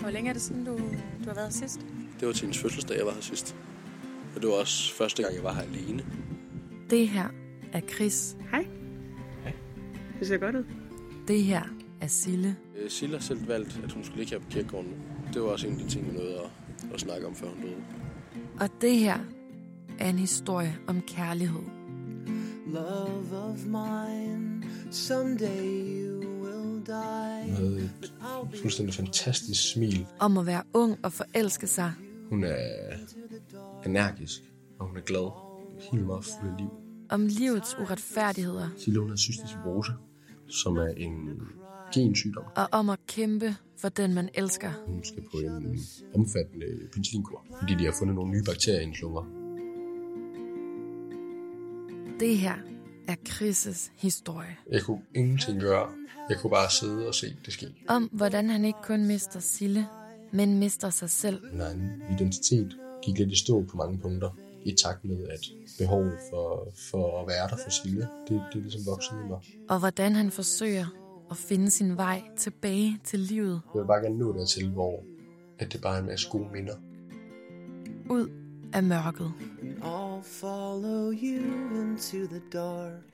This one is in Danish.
Hvor længe er det siden, du, du har været sidst? Det var til hendes fødselsdag, jeg var her sidst. Og det var også første gang, jeg var her alene. Det her er Chris. Hej. Hej. Det ser godt ud. Det her er Sille. Øh, Silla selv valgt, at hun skulle ligge her på kirkegården. Det var også en af de ting, vi nåede at, at snakke om, før hun døde. Og det her er en historie om kærlighed. Love of mine, someday you will Hun die. havde et fuldstændig fantastisk smil. Om at være ung og forelske sig. Hun er energisk, og hun er glad. Helt meget fuld af liv. Om livets uretfærdigheder. Sille, hun har cystisk fibrose, som er en gensygdom. Og om at kæmpe for den, man elsker. Hun skal på en omfattende penicillinkur, fordi de har fundet nogle nye bakterier i hendes lunger. Det her er Chris' historie. Jeg kunne ingenting gøre. Jeg kunne bare sidde og se det ske. Om hvordan han ikke kun mister Sille, men mister sig selv. Min egen identitet gik lidt i stå på mange punkter, i takt med, at behovet for, for at være der for Sille, det, det er ligesom vokset i mig. Og hvordan han forsøger at finde sin vej tilbage til livet. Jeg vil bare gerne nå dertil, hvor at det bare er en masse gode minder. Ud af mørket. And I'll follow you into the dark.